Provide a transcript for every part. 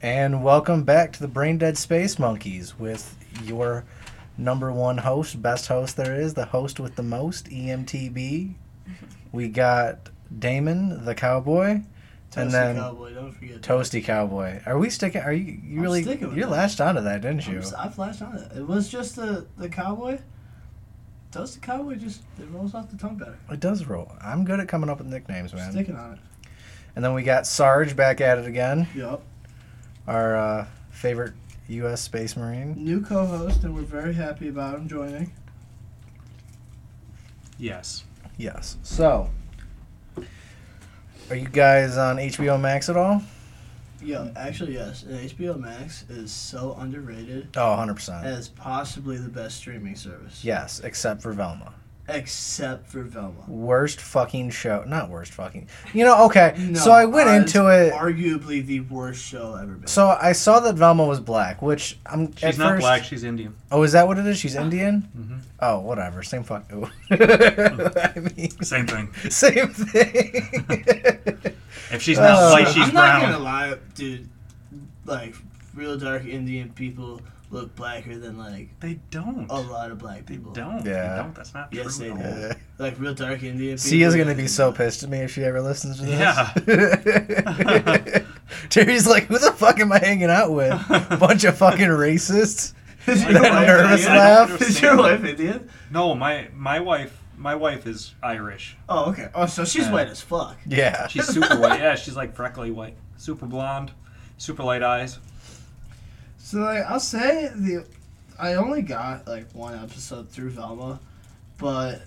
And welcome back to the Brain Dead Space Monkeys with your number one host, best host there is, the host with the most, E EMTB. We got Damon the cowboy, Toasty then- cowboy, don't forget. that. Toasty Cowboy. Are we sticking? Are you you I'm really sticking with you that. latched onto that, didn't I'm you? s- I flashed on it. It was just the the cowboy. Toasty cowboy just it rolls off the tongue better. It does roll. I'm good at coming up with nicknames, man. Sticking on it. And then we got Sarge back at it again, Yup. our uh, favorite U.S. Space Marine. New co-host, and we're very happy about him joining. Yes. Yes. So, are you guys on HBO Max at all? Yeah, Mm. actually, yes. And HBO Max is so underrated Oh, 100%. as possibly the best streaming service. Yes, except for Velma. Except for Velma. Worst fucking show. Not worst fucking. You know, okay. so I went uh, into it's it. Arguably the worst show ever made. So I saw that Velma was black, which I'm She's at not first, black, she's Indian. Oh, is that what it is? She's Indian? Mhm. Oh, whatever. Same fuck. I mean, Same thing. same thing. If she's not Uh, white, I'm she's not brown. gonna lie, dude. Like real dark Indian people look blacker than like They don't. a lot of black They people. don't. Yeah. They don't. That's not Oh. Yes, true. they at all. do. Like real dark Indian people. Sia's gonna be so pissed at me if she ever listens to this. Yeah. Terry's like, who the fuck am I hanging out with? Bunch of fucking racists. Is your wife nervous Indian? laugh. Is your wife Indian? No, my my wife my wife is Irish. Oh, okay. Oh, so she's Yeah. white as fuck. Yeah. She's super white. Yeah, she's like freckly white, super blonde, super light eyes. So like, I'll say the, I only got like one episode through Velma, but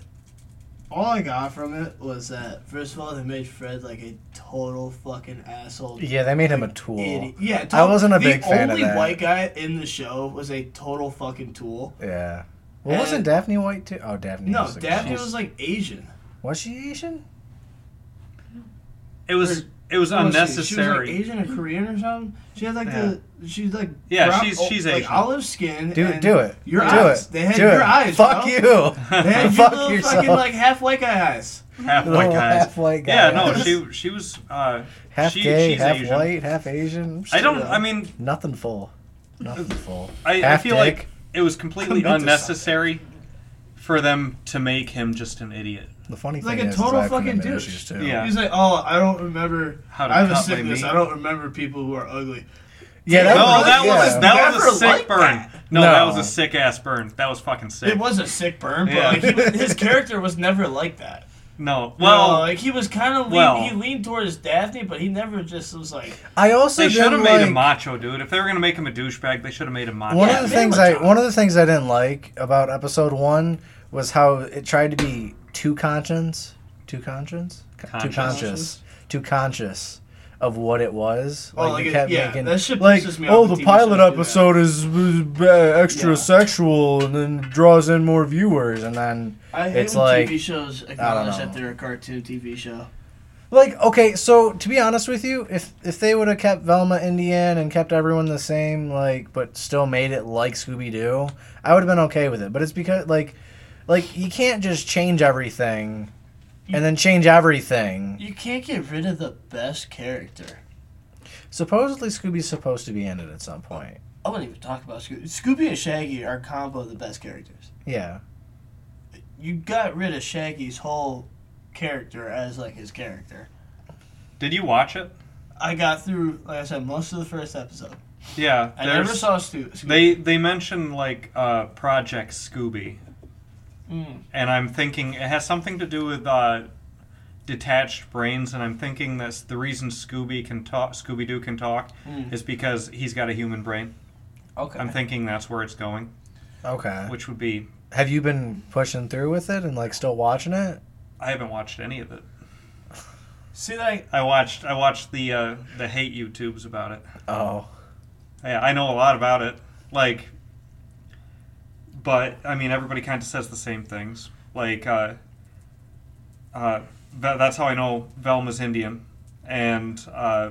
all I got from it was that first of all they made Fred like a total fucking asshole. Yeah, they made him a tool. Idiot. Yeah, I wasn't a the big fan of only that. white guy in the show was a total fucking tool. Yeah. Well, And- wasn't Daphne white too? Oh, Daphne. No, was a Daphne girl. was like Asian. Was she Asian? It was it was What was oh, she? unnecessary. She, was like Asian or Korean or something. She had like the she's like Yeah, brown- she's- oh, she's like Asian. olive skin. Do and it. Do it. Your do eyes. It. They had do your it. eyes. Fuck bro. you. They had Fuck your little yourself. fucking like half white guy eyes. half Little white guys. half white guy. Yeah, no, she she was uh, half she, gay, she's half Asian. white, half Asian. I don't. Yeah. I mean, Nothing full. Nothing full. I, I Half feel dick. like it was completely Commit to unnecessary for them to make him just an idiot. The funny Like thing a is, total is I've fucking committed douche. issues too. Yeah. He's like, oh, I don't remember. How to I have a cut my sickness. meat. I don't remember people who are ugly. Yeah, That no, was- that yeah. was that was Never a sick liked burn. that. No, that was No. a sick ass burn. That was fucking sick. It was a sick burn, but Yeah. like, he was, his character was never like that. No, Well, well, like he was kind of lean, well. he leaned towards Daphne, but he never just was like. I also they should have didn't made like, him macho, dude. If they were gonna make him a douchebag, they should have made him macho. One Yeah, of the man, things I like- one of the things I didn't like about episode one was how it tried to be too conscious, too conscious, Co- too Conscious. conscious, too conscious of what it was. Oh, like it- yeah, that shit like pisses me off oh when the TV pilot shows do episode is uh, extra Yeah. sexual and then draws in more viewers and then I hate It's when like- TV shows know. acknowledge that they're a cartoon TV show. like okay so to be honest with you if if they would have kept Velma Indian and kept everyone the same like but still made it like Scooby Doo I would have been okay with it but it's because like like you can't just change everything and then change everything You can't get rid of the best character. supposedly Scooby's supposed to be in it at some point I wouldn't even talk about Scooby. Scooby and Shaggy are combo of the best characters. yeah You got rid of Shaggy's whole character as like his character. Did you watch it? I got through, like I said, most of the first episode. Yeah, I there's- never saw Stu- Scooby. They they mention like uh, Project Scooby, Mm. and I'm thinking it has something to do with uh, detached brains, and I'm thinking that's the reason Scooby can talk, Scooby Doo can talk, Mm. is because he's got a human brain. Okay. I'm thinking that's where it's going, okay which would be have you been pushing through with it and like still watching it I haven't watched any of it. See, like, I watched I watched the uh, the hate YouTubes about it. oh Yeah, I know a lot about it. Like, but I mean, everybody kind of says the same things. Like, uh, uh, tha that's how I know Velma's Indian, and uh,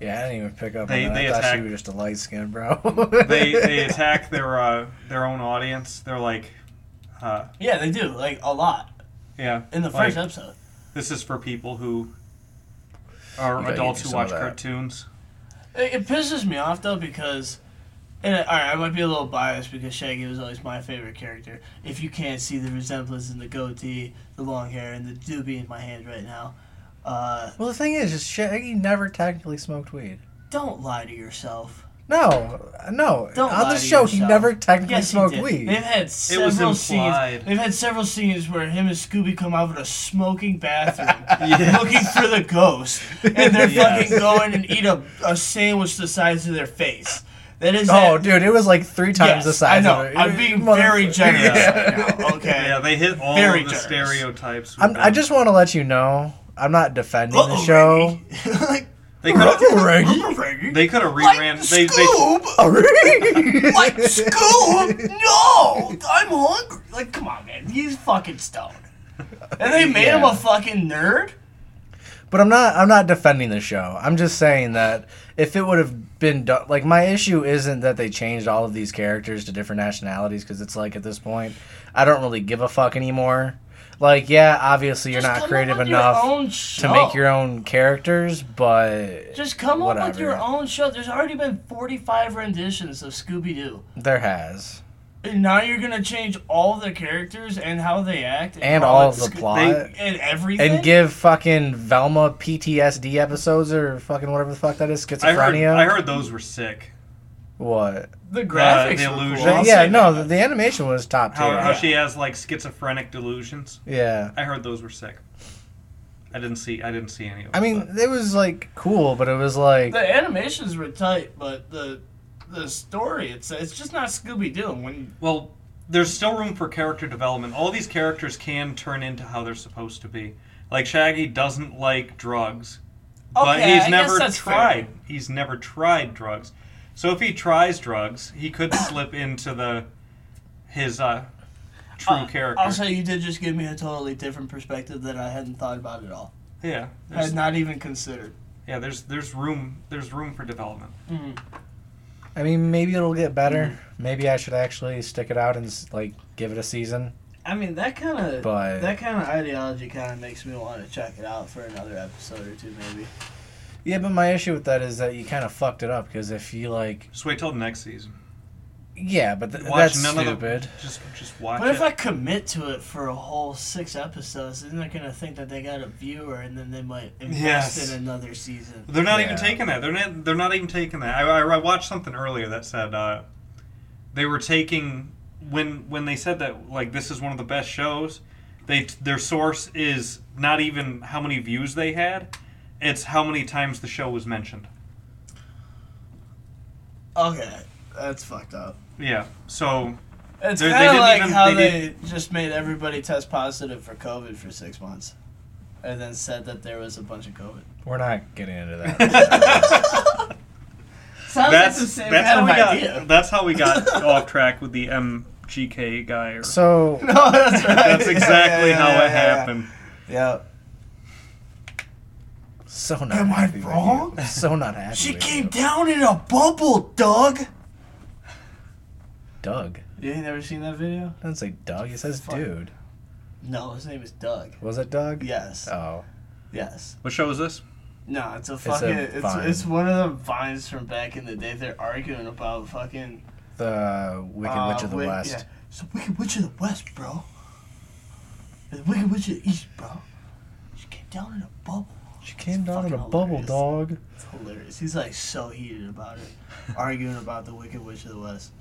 yeah I didn't even pick up They- on that they I thought attack- she was just a light skinned bro they they attack their uh, their own audience. They're like, uh, yeah, they do like a lot yeah, in the like, first episode. this is for people who You are gotta adults give me who some of watch that. cartoons. It, it pisses me off though because, and all right, I might be a little biased because Shaggy was always my favorite character. If you can't see the resemblance in the goatee, the long hair, and the doobie in my hand right now, uh, Well, the thing is, is Shaggy never technically smoked weed. don't lie to yourself. No, no. Don't On lie the to show, he yourself. never technically Yes, he smoked did. weed. They've had It was several scenes. implied. They've had several scenes where him and Scooby come out of a smoking bathroom. Yes. Looking for the ghost, and they're Yes. fucking going and eat a, a sandwich the size of their face. That is that- Oh, dude, it was like three times Yes, the size. I know. Of it. I'm being very Motherfucker. generous Yeah. right now. Okay. Yeah, they hit all Very of the generous. stereotypes. with I'm, I them. just want to let you know, I'm not defending the Uh-oh, show. Reggie. like, they could have Reggie. uh-oh, Reggie. they could have like reran they, they Scoob. like Scoob. No, I'm hungry. Like, come on, man. He's fucking stoned. And they made him Yeah. a fucking nerd. But I'm not. I'm not defending the show. I'm just saying that if it would have been done, like my issue isn't that they changed all of these characters to different nationalities because it's like at this point, I don't really give a fuck anymore. Like, yeah, obviously you're Just come not up creative with enough your own to show. make your own characters, but Just come up with Whatever. your own show. There's already been 45 renditions of Scooby Doo. there has And now you're gonna change all the characters and how they act and call all it of the Scoo- plot. they- and everything. and give fucking Velma PTSD episodes or fucking whatever the fuck that is I heard, schizophrenia. I heard those were sick. what? the graphics. the were illusion. cool. I'll yeah, say no, that. the, the animation was top tier. How, how Yeah. she has like schizophrenic delusions. yeah, I heard those were sick. I didn't see I didn't see any of them. I mean, it was like cool, but it was like The animations were tight, but the the story it's it's just not Scooby Doo. When Well, there's still room for character development. All these characters can turn into how they're supposed to be. Like Shaggy doesn't like drugs, but Okay, he's I guess never that's fair. tried. He's never tried drugs. So if he tries drugs, he could slip into the his uh, true Uh, character. I'll say you did just give me a totally different perspective that I hadn't thought about at all. yeah, I there's, had not even considered. yeah. There's there's room there's room for development. Mm-hmm. I mean, maybe it'll get better. Maybe I should actually stick it out and s- like give it a season. I mean that kind of But- that kind of ideology kind of makes me want to check it out for another episode or two maybe. Yeah, but my issue with that is that you kind of fucked it up because if you like, Just wait till next season. yeah, but th- Watch that's none of the- stupid. Just just watch But it. if I commit to it for a whole six episodes, then they're gonna think that they got a viewer, and then they might invest Yes. in another season. They're not even Yeah. taking that. They're not. They're not even taking that. I, I, I watched something earlier that said uh, they were taking when when they said that like this is one of the best shows. They their source is not even how many views they had. It's how many times the show was mentioned. Okay, that's fucked up. Yeah. So It's They- they kind of didn't like even- how they they, just made everybody test positive for COVID for six months, and then said that there was a bunch of COVID. We're not getting into that. that's Sounds like Oh, the that's same how kind we of got idea. that's how we got off track with the MGK guy. Or, so no, that's right. that's Yeah, exactly yeah, how yeah, it yeah, yeah. happened. Yeah. so not. Am I happy with you. wrong? So not happy. She with came you. down in a bubble, Doug. Doug. You ain't never seen that video? It doesn't say Doug. It says Fuck. dude. No, his name is Doug. Was it Doug? Yes. Oh. Yes. What show is this? No, it's a fucking. It's, it's, vine. one of the vines from back in the day. They're arguing about fucking. The Wicked uh, Witch of the Wick- West. Yeah. It's the Wicked Witch of the West, bro. The Wicked Witch of the East, bro. She came down in a bubble. She came It's down in a fucking bubble, hilarious. dog. It's hilarious. He's like so heated about it, arguing about the Wicked Witch of the West.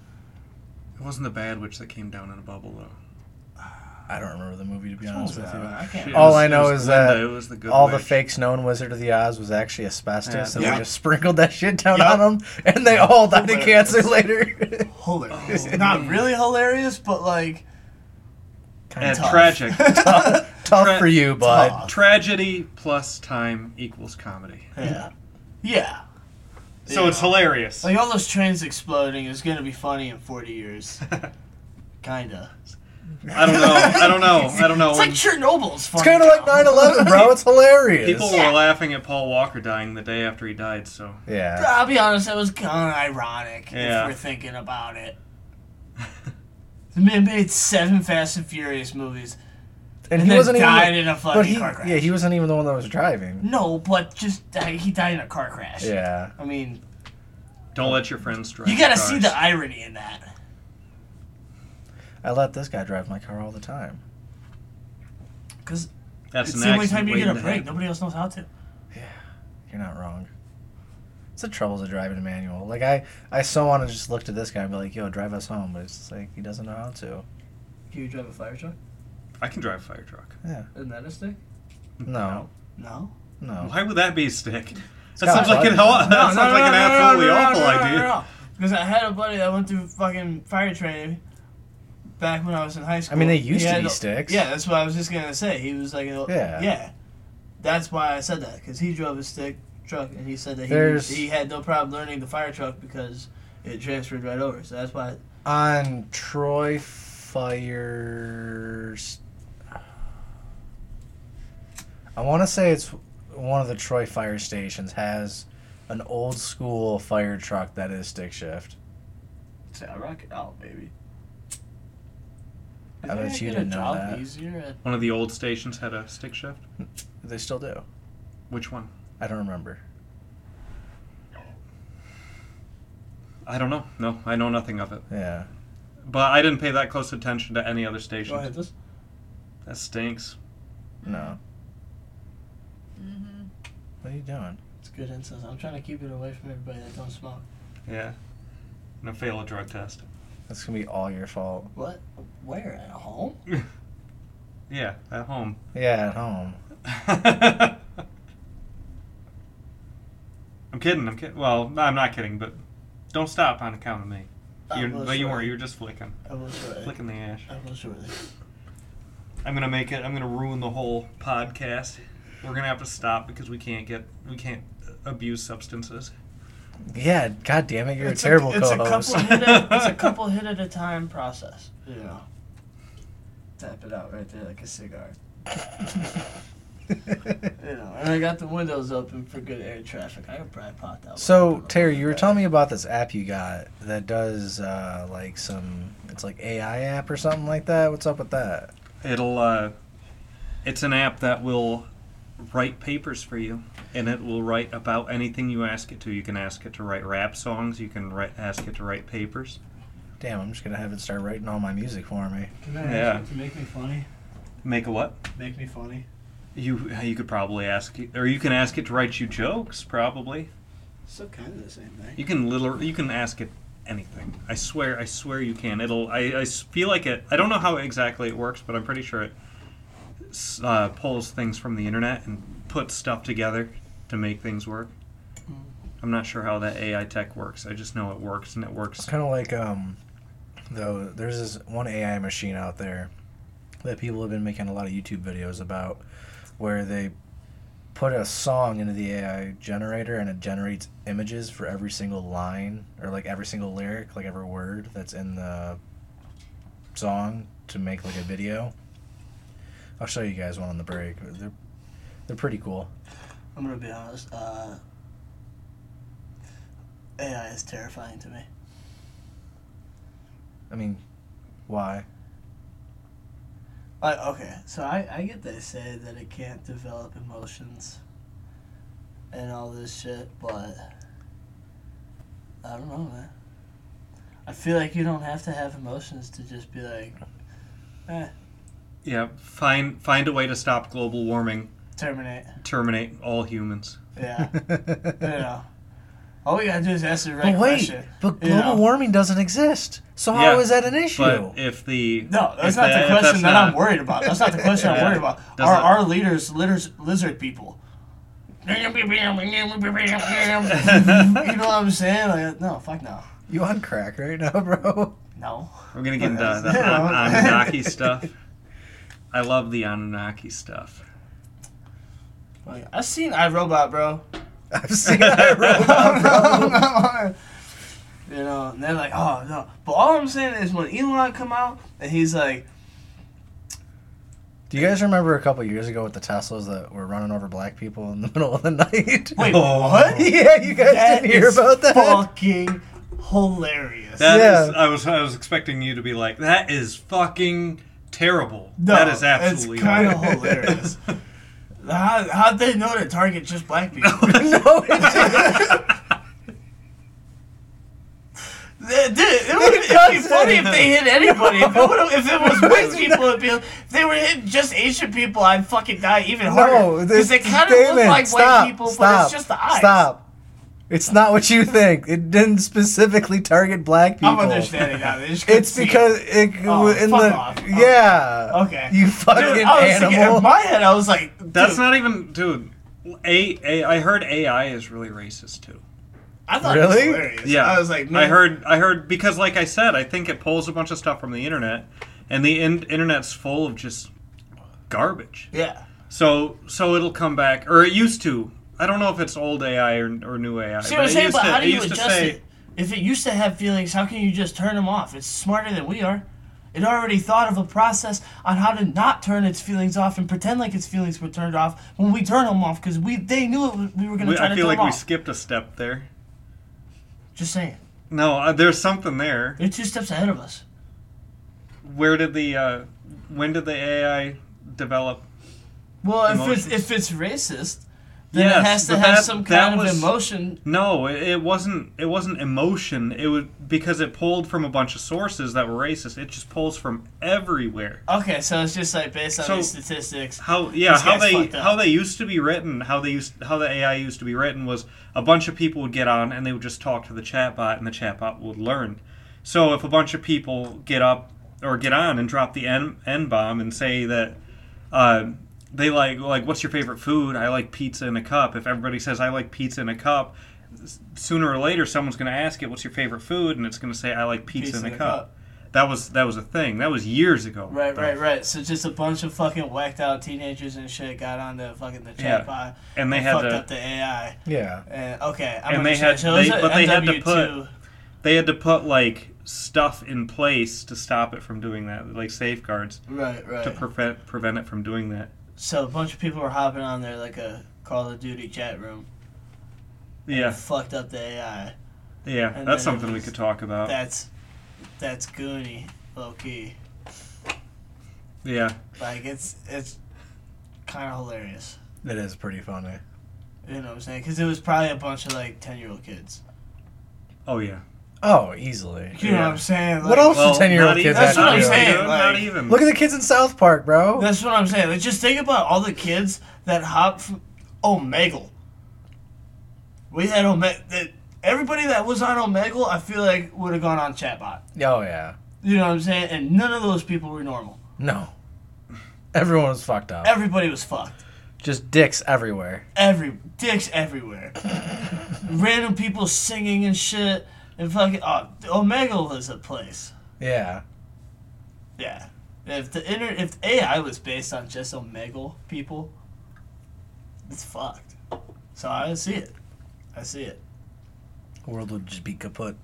It wasn't the bad witch that came down in a bubble though. I don't remember the movie to be What honest was with that? I you. can't. Shit. All was- I it know was is Linda, that it was the good all the witch. fakes known Wizard of the Oz was actually asbestos, Yeah. and Yeah. we just sprinkled that shit down Yeah. on them, and they all died of Hilarious. cancer later. Hilarious. Oh, Not man. really hilarious, but like Yeah, tough. tragic. Tough Tra- for you, bud. Tough. Tragedy plus time equals comedy. yeah. Yeah. So Yeah. it's hilarious. Like all those trains exploding is gonna be funny in forty years. Kinda. I don't know. I don't know. I don't know. It's When like Chernobyl's funny. It's kind of like 9/11, bro. It's hilarious. people were laughing at Paul Walker dying the day after he died. So yeah. I'll be honest, that was kind of ironic Yeah. if we're thinking about it. The man made seven Fast and Furious movies And, and, he then wasn't even. died the- in a fucking but he, car crash. yeah, he wasn't even the one that was driving. No, but just uh, he died in a car crash. Yeah. I mean, Don't let your friends drive. You gotta cars. see the irony in that. I let this guy drive my car all the time. Because That's it's an the only accident time you get a waiting to break. happen. Nobody else knows how to. You're not wrong. It's the troubles of driving a manual. Like I, I so want to just look to this guy and be like, "Yo, drive us home," but it's just like he doesn't know how to. Can you drive a fire truck? I can drive a fire truck. Isn't that a stick? No, No. no. Why would that be a stick? That got sounds like an buttons. that sounds like an absolutely awful idea. Because I had a buddy that went through fucking fire training back when I was in high school. mean, they used He to had be a- sticks. Yeah, that's what I was just gonna say. He was like, a, Yeah. yeah, That's why I said that because he drove a stick truck and he said that he There's- he had no problem learning the fire truck because it transferred right over. So that's why. On Troy fires. I want to say it's one of the Troy fire stations has an old school fire truck that is stick shift. Sound rock it out, baby. I bet you didn't know that. Easier at- One of the old stations had a stick shift. They still do. Which one? I don't remember. I don't know. No, I know nothing of it. Yeah. But I didn't pay that close attention to any other Go ahead. stations. This. That stinks. No. What are you doing? It's good insight. I'm trying to keep it away from everybody that don't smoke. Yeah. And I fail a drug test. That's gonna be all your fault. What? Where? At home? Yeah, at home. Yeah, at home. I'm kidding. I'm kidding. Well, no, I'm not kidding, but don't stop on account of me. You're, I was no, you right. weren't. You were just flicking, I was right. flicking the ash. I was right. I'm gonna make it. I'm gonna ruin the whole podcast. We're gonna have to stop because we can't get we can't abuse substances. Yeah, god damn it, you're It's a terrible it's a co-host. couple hit at, it's a couple hit at a time process. Yeah. Tap it out right there like a cigar. You know, and I got the windows open for good air traffic. I could probably pop that. so one. Terry, you were telling me about this app you got that does uh, like some it's like AI app or something like that. What's up with that? It'll uh, it's an app that will write papers for you, and it will write about anything you ask it to. You can ask it to write rap songs. You can write, ask it to write papers. Damn, I'm just gonna have it start writing all my music for me. Can ask Yeah. you to make me funny? Make a what? Make me funny. You you could probably ask it, or you can ask it to write you jokes. Probably So kind of the same thing. you can literally you can ask it anything. I swear I swear you can. It'll I, I s- feel like it. I don't know how exactly it works, but I'm pretty sure it s- uh, pulls things from the internet and puts stuff together to make things work. Hmm. I'm not sure how that AI tech works. I just know it works and it It's works. kind of like um, though there's this one AI machine out there that people have been making a lot of YouTube videos about, where they put a song into the AI generator and it generates images for every single line or like every single lyric, like every word that's in the song to make like a video. I'll show you guys one on the break. They're they're pretty cool. I'm gonna be honest. Uh, AI is terrifying to me. I mean, why? Like, okay, so I, I get they say that it can't develop emotions and all this shit, but I don't know, man. I feel like you don't have to have emotions to just be like, eh, Yeah, find find a way to stop global warming. terminate. Terminate all humans. Yeah, you know. All we gotta do is ask the right But wait, question. but you global know. warming doesn't exist. So how is Yeah, that an issue? But if the No, if that's not that- if the question that not- I'm worried about. That's not the question I'm Yeah. worried about. Does Are it- our leaders litters, lizard people? you know what I'm saying? Like, no, fuck no. You on crack right now, bro? No. We're gonna get into Yes. the Yeah. An- Anunnaki stuff. I love the Anunnaki stuff. Like, I've seen iRobot, bro. I've seen that, bro. bro. you know, and they're like, oh, no. But all I'm saying is when Elon come out and he's like, Do you guys remember a couple years ago with the Teslas that were running over black people in the middle of the night? wait, Oh. what? yeah, you guys That didn't hear is about that. fucking hilarious. That is, Yeah. I was I was expecting you to be like, that is fucking terrible. No, that is absolutely it's kind of horrible." hilarious. How how'd they know to target just black people? no, it's Th- Dude, it would it'd be funny if they hit anybody. If it, would've- if it was white people, it'd be, if they were hitting just Asian people, I'd fucking die even harder. Because they it's- kind of look David, like stop, white people, but stop, it's just the eyes. Stop. It's not what you think. It didn't specifically target black people. I'm understanding now. They just couldn't It's see it. because it Oh, in fuck the off. Oh. yeah. Okay. You Dude, fucking I was thinking- animal. in my head, I was like, That's dude, not even, dude. A, A, I heard AI is really racist too. I thought it was Really? hilarious. Yeah, I was like, no. I heard, I heard because, like I said, I think it pulls a bunch of stuff from the internet, and the in- internet's full of just garbage. Yeah. So, so it'll come back, or it used to. I don't know if it's old AI or, or new AI. See what I'm it saying? used But to- how do you used to adjust say- it? If it used to have feelings, how can you just turn them off? It's smarter than we are. It already thought of a process on how to not turn its feelings off and pretend like its feelings were turned off when we turn them off because we they knew it, was- we were going to We, try I to feel turn like them we off. skipped a step there. Just saying, No, uh, there's something there. they're two steps ahead of us. Where did the, uh, when did the AI develop? Well, Emotions. if it's if it's racist, then Yes, it has to but have that- some that kind was- of emotion. No, it, it wasn't. It wasn't emotion. It would because it pulled from a bunch of sources that were racist. It just pulls from everywhere. Okay, so it's just like based on So- these statistics. How yeah, This how guy's they fucked up. how they used to be written, how they used how the AI used to be written was a bunch of people would get on and they would just talk to the chatbot and the chatbot would learn. So if a bunch of people get up or get on and drop the n n bomb and say that um, they like like what's your favorite food? I like pizza in a cup. If everybody says I like pizza in a cup, s- sooner or later someone's going to ask it what's your favorite food and it's going to say I like pizza, in a cup. That was that was a thing. That was years ago. Right, though. right, right. So just a bunch of fucking whacked out teenagers and shit got on the fucking the Yeah. chat bot And they and had fucked to up the AI. yeah. And okay, I'm And they had- understanding. so it was a they- but they had to MW2. put- they had to put like stuff in place to stop it from doing that, like safeguards right, right. to prevent prevent it from doing that. so a bunch of people were hopping on there like a Call of Duty chat room. Yeah, Fucked up the AI. yeah, And then that's it something we was- could talk about. That's that's goony, low key. Yeah, Like it's it's kind of hilarious. It is pretty funny. You know what I'm saying? Because it was probably a bunch of like ten year old kids. oh yeah. Oh, easily. You know Yeah. what I'm saying? What Like, else do ten year not old kids even- have That's what to I'm do? saying, not like- even. Look at the kids in South Park, bro. That's what I'm saying. Like, just think about all the kids that hop from Omegle. We had Omegle. Everybody that was on Omegle, I feel like would have gone on chatbot. oh yeah. You know what I'm saying? And none of those people were normal. No. Everyone was fucked up. Everybody was fucked. Just dicks everywhere. Every dicks everywhere. Random people singing and shit. And fucking oh, Omegle was a place. Yeah. Yeah. If the inter- if AI was based on just Omegle people, it's fucked. So I see it. I see it. The world would just be kaput.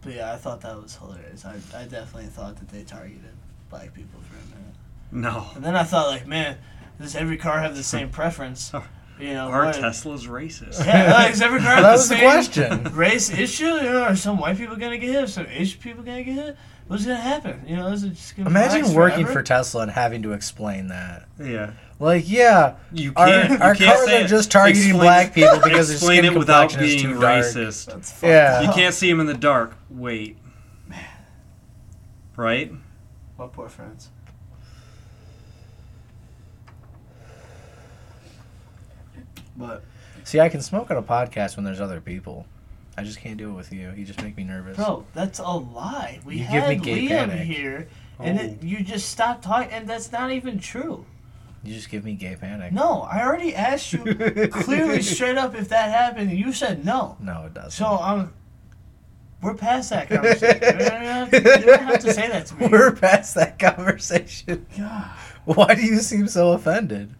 But yeah, I thought that was hilarious. I, I definitely thought that they targeted black people for a minute. no, And then I thought, like, man, does every car have the same preference? You know, our what- Tesla's racist. Yeah, like, does every car have That the was the same question. race issue? You know, are some white people gonna get hit? Are some Asian people gonna get hit? What's gonna happen? You know, is it just gonna be Imagine blacks working forever? for Tesla and having to explain that. yeah, Like, yeah, you Our- can't. our you can't cars say are it. just targeting Explain- black people because their explain skin it without complexion is being too dark. racist. That's fucked Yeah. up. You can't see him in the dark. Wait, right? My poor friends. But See, I can smoke on a podcast when there's other people. I just can't do it with you. You just make me nervous. Bro, that's a lie. We You give me had gay Liam panic. Oh. here, and it, you just stopped talking, and that's not even true. You just give me gay panic. No, I already asked you clearly, straight up, if that happened, and you said no. No, it doesn't. So I'm. We're past that conversation. you, don't have to, you don't have to say that to me. We're past that conversation. God. Why do you seem so offended?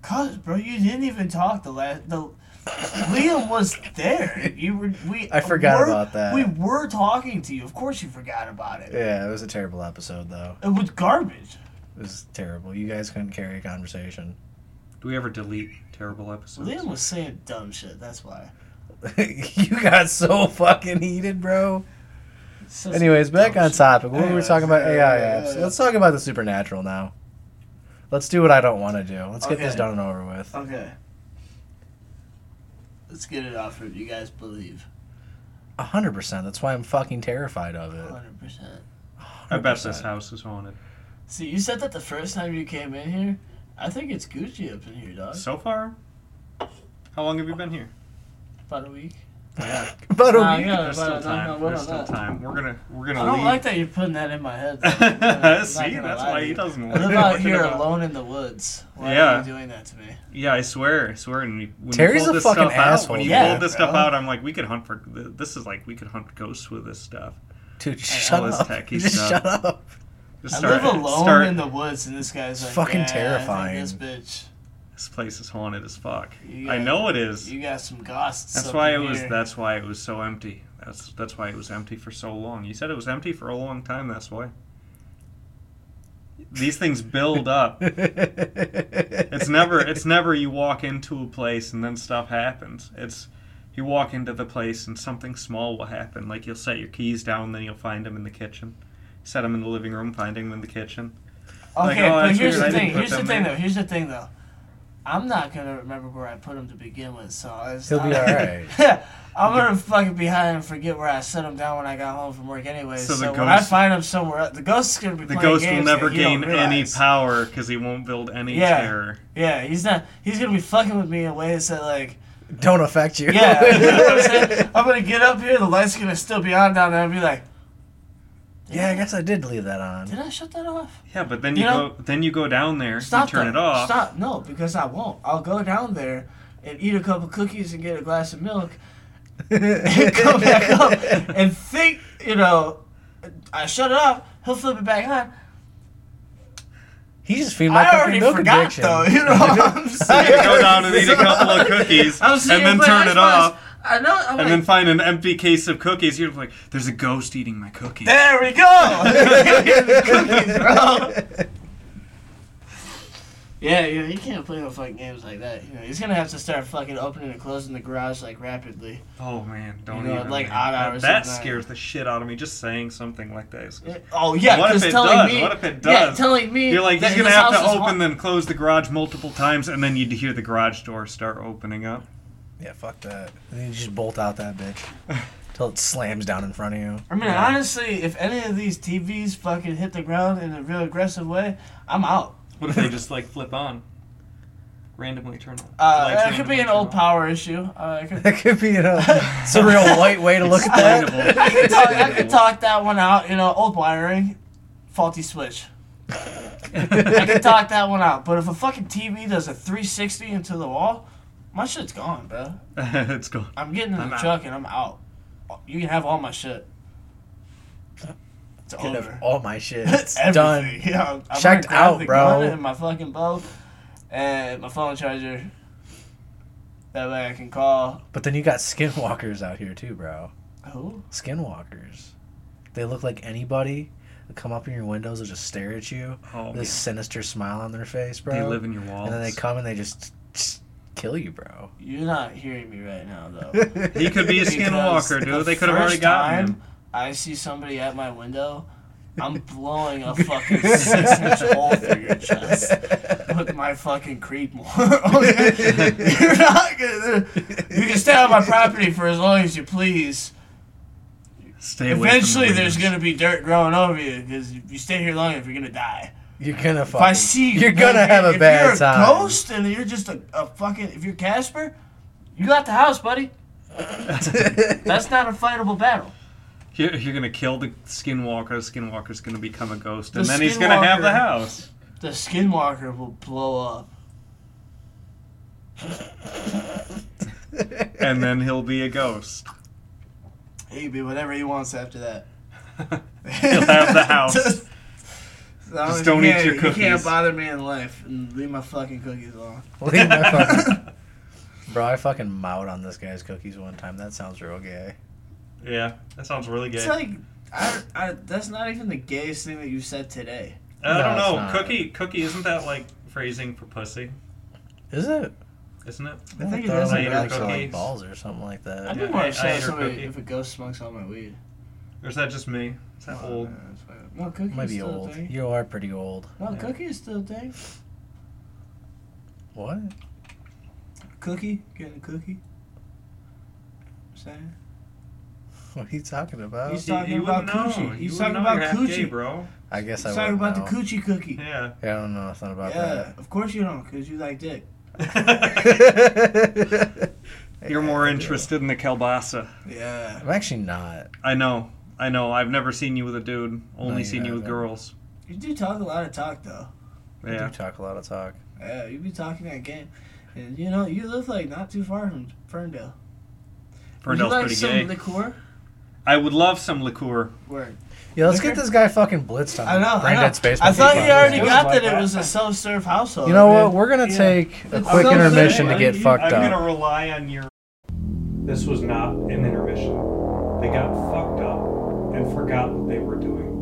Cause, bro, you didn't even talk the last. The Liam was there. You were we. I forgot were- about that. We were talking to you. Of course, you forgot about it. Yeah, it was a terrible episode, though. It was garbage. It was terrible. You guys couldn't carry a conversation. Do we ever delete terrible episodes? Liam was saying dumb shit. That's why. you got so fucking heated, bro. So- Anyways, back on topic. What were we Anyways, talking about? yeah, AI yeah, apps. yeah. Let's talk about the supernatural now. Let's do what I don't want to do. Let's get this Okay. done and over with. Okay. Let's get it off of you guys believe. hundred percent. That's why I'm fucking terrified of it. Hundred percent. I bet this house is haunted. See, you said that the first time you came in here. I think it's Gucci up in here, dog. So far, how long have you been here? About a week. But Nah, we- I got There's about- still Uh, I don't know time. what There's I'm still at. time. We're gonna we're gonna I don't leave. like that you're putting that in my head. though. I'm not gonna See, that's lie why to he you. doesn't. I live like out it here at all. alone in the woods. Why are Yeah. you doing that to me? Yeah, I swear, I swear. And you- when Terry's you pulled a this fucking stuff asshole, Out, when you yeah, pulled this bro. stuff out, I'm like, we could hunt for. This is like we could hunt ghosts with this stuff. dude, all shut this up. techie Just stuff. shut up. Just I start, live alone start, in the woods, and this guy's It's like, fucking "Yeah, I think terrifying. This bitch, This place is haunted as fuck. You I got- know it is. you got some ghosts. That's up why it in was. here." That's why it was so empty. That's that's why it was empty for so long. You said it was empty for a long time. That's why. These things build up. It's it's never. It's never. You walk into a place and then stuff happens. It's. You walk into the place and something small will happen. Like you'll set your keys down, then you'll find them in the kitchen. Set them in the living room, finding them in the kitchen. Like, Okay, oh, but that's here's weird, I the didn't thing. put Here's the them thing, there. though. Here's the thing, though. I'm not gonna remember where I put him to begin with, so it's He'll not be all right. I'm gonna fucking be high and forget where I set him down when I got home from work, anyway. So, So the when I ghost- find him somewhere, else, the ghost is gonna be The playing ghost will games never that you don't gain any realize. power because he won't build any Yeah. terror. Yeah, he's not. He's gonna be fucking with me in ways that like. Don't affect you. Yeah, you know what I'm saying? I'm gonna get up here, the light's gonna still be on down there, and be like, yeah, I guess I did leave that on. did I shut that off? Yeah, but then You you, know- go. Then you go down there. Stop you turn that. it off. Stop. No, because I won't. I'll go down there and eat a couple cookies and get a glass of milk and come back up and think, you know, I shut it off, he'll flip it back on. He just feed my I fucking already milk forgot addiction. though, you know what I'm saying? You go down and eat a couple of cookies I'm and sitting then here playing turn Xbox. it off I know. I'm and like, then find an empty case of cookies. You're like, there's a ghost eating my cookies. there we go. cookies, bro. Yeah, you, know, you can't play no fucking games like that. You know, he's gonna have to start fucking opening and closing the garage like rapidly. Oh man, You don't know, even. like man. odd That- hours That, of night. scares the shit out of me. Just saying something like that. is- Oh yeah, What if because it telling does? me, What if it yeah, does? telling me You're like, that he's gonna his have to house is haun- open, then close the garage multiple times, and then you'd hear the garage door start opening up. Yeah, fuck that. And then you just bolt out that bitch till it slams down in front of you. I mean, Yeah. honestly, if any of these TVs fucking hit the ground in a real aggressive way, I'm out. What if they just like flip on, randomly turn on? Uh, that could be an old power issue. Uh, I could, That could be a, it's a real white way to look at that. Explainable. I could talk, I could talk that one out. You know, old wiring, faulty switch. I could talk that one out. But if a fucking TV does a 360 into the wall, my shit's gone, bro. it's gone. I'm getting in I'm the out. truck and I'm out. You can have all my shit. It's Get over. up all my shit. It's It's done. everything. Yeah, I'm Checked gonna grab out, the bro. gun And my fucking bow, and my phone charger. That way I can call. But then you got skinwalkers out here too, bro. Who? Skinwalkers. They look like anybody. They come up in your windows and just stare at you. Oh, This sinister smile on their face, bro. they live in your walls. and then they come and they just, just kill you, bro. You're not hearing me right now, though. he He could be a Because skinwalker, the dude. They could have already first gotten him. time I see somebody at my window. I'm blowing a fucking six-inch hole through your chest. with my fucking Creedmoor. okay? You're not gonna. You can stay on my property for as long as you please. Stay away Eventually, from the there's windows. gonna be dirt growing over you because if you stay here long enough, you're gonna die. You're gonna fucking. If I see you, You're gonna baby, have a if bad you're time. A ghost, and you're just a, a fucking. If you're Casper, you got the house, buddy. That's not a fightable battle. You're, you're gonna kill the skinwalker. Skinwalker's gonna become a ghost, and The then he's gonna have the skinwalker- house. The Skinwalker will blow up. And then he'll be a ghost. He be whatever he wants after that. He'll have the house. Just don't eat your You can't cookies. bother me in life. And leave my fucking cookies alone. Leave my fucking. Bro, I fucking mowed on this guy's cookies one time. That sounds real gay. yeah, that sounds really It's gay. like, I, I, that's not even the gayest thing that you said today. I don't No, it's know. not. Cookie, cookie, isn't that like phrasing for pussy? Is it? Isn't it? I think it thought is like a it was cookie. like balls or something like I'd that. be Yeah, more I- I upset ate if, her somebody, cookie. if a ghost smokes all my weed. Oh, Or is that just me? Is that Uh, old? No, cookie Might is be still a old. thing. You are pretty old. No, Yeah. cookie is still a thing. What? Cookie? Getting a cookie? Saying? What are you talking about? He's talking about coochie. He's talking about Gay, coochie. bro. I guess I He's talking wouldn't about the know. coochie cookie. Yeah. Yeah, I don't know nothing about Yeah. Of course you don't, because you like dick. that. You're more interested in the kielbasa. Yeah. I'm actually not. I know. I know. I've never seen you with a dude. Only you seen you with haven't. girls. You do talk a lot of talk, though. I Yeah. do talk a lot of talk. Yeah, you be talking that game. And, you know, you live, like, not too far from Ferndale. Would Ferndale's you like pretty some gay. liqueur? I would love some liqueur. Word. Yeah, let's Liquor? get this guy fucking blitzed on. I know. I, know. Braindead space. I thought monkey you already podcast. got Like that, it that. was a self serve household. You know man. what? We're gonna Yeah. take a It's quick so intermission sad. to get You- fucked up. rely on your. This was not an intermission. They got fucked up and forgot what they were doing.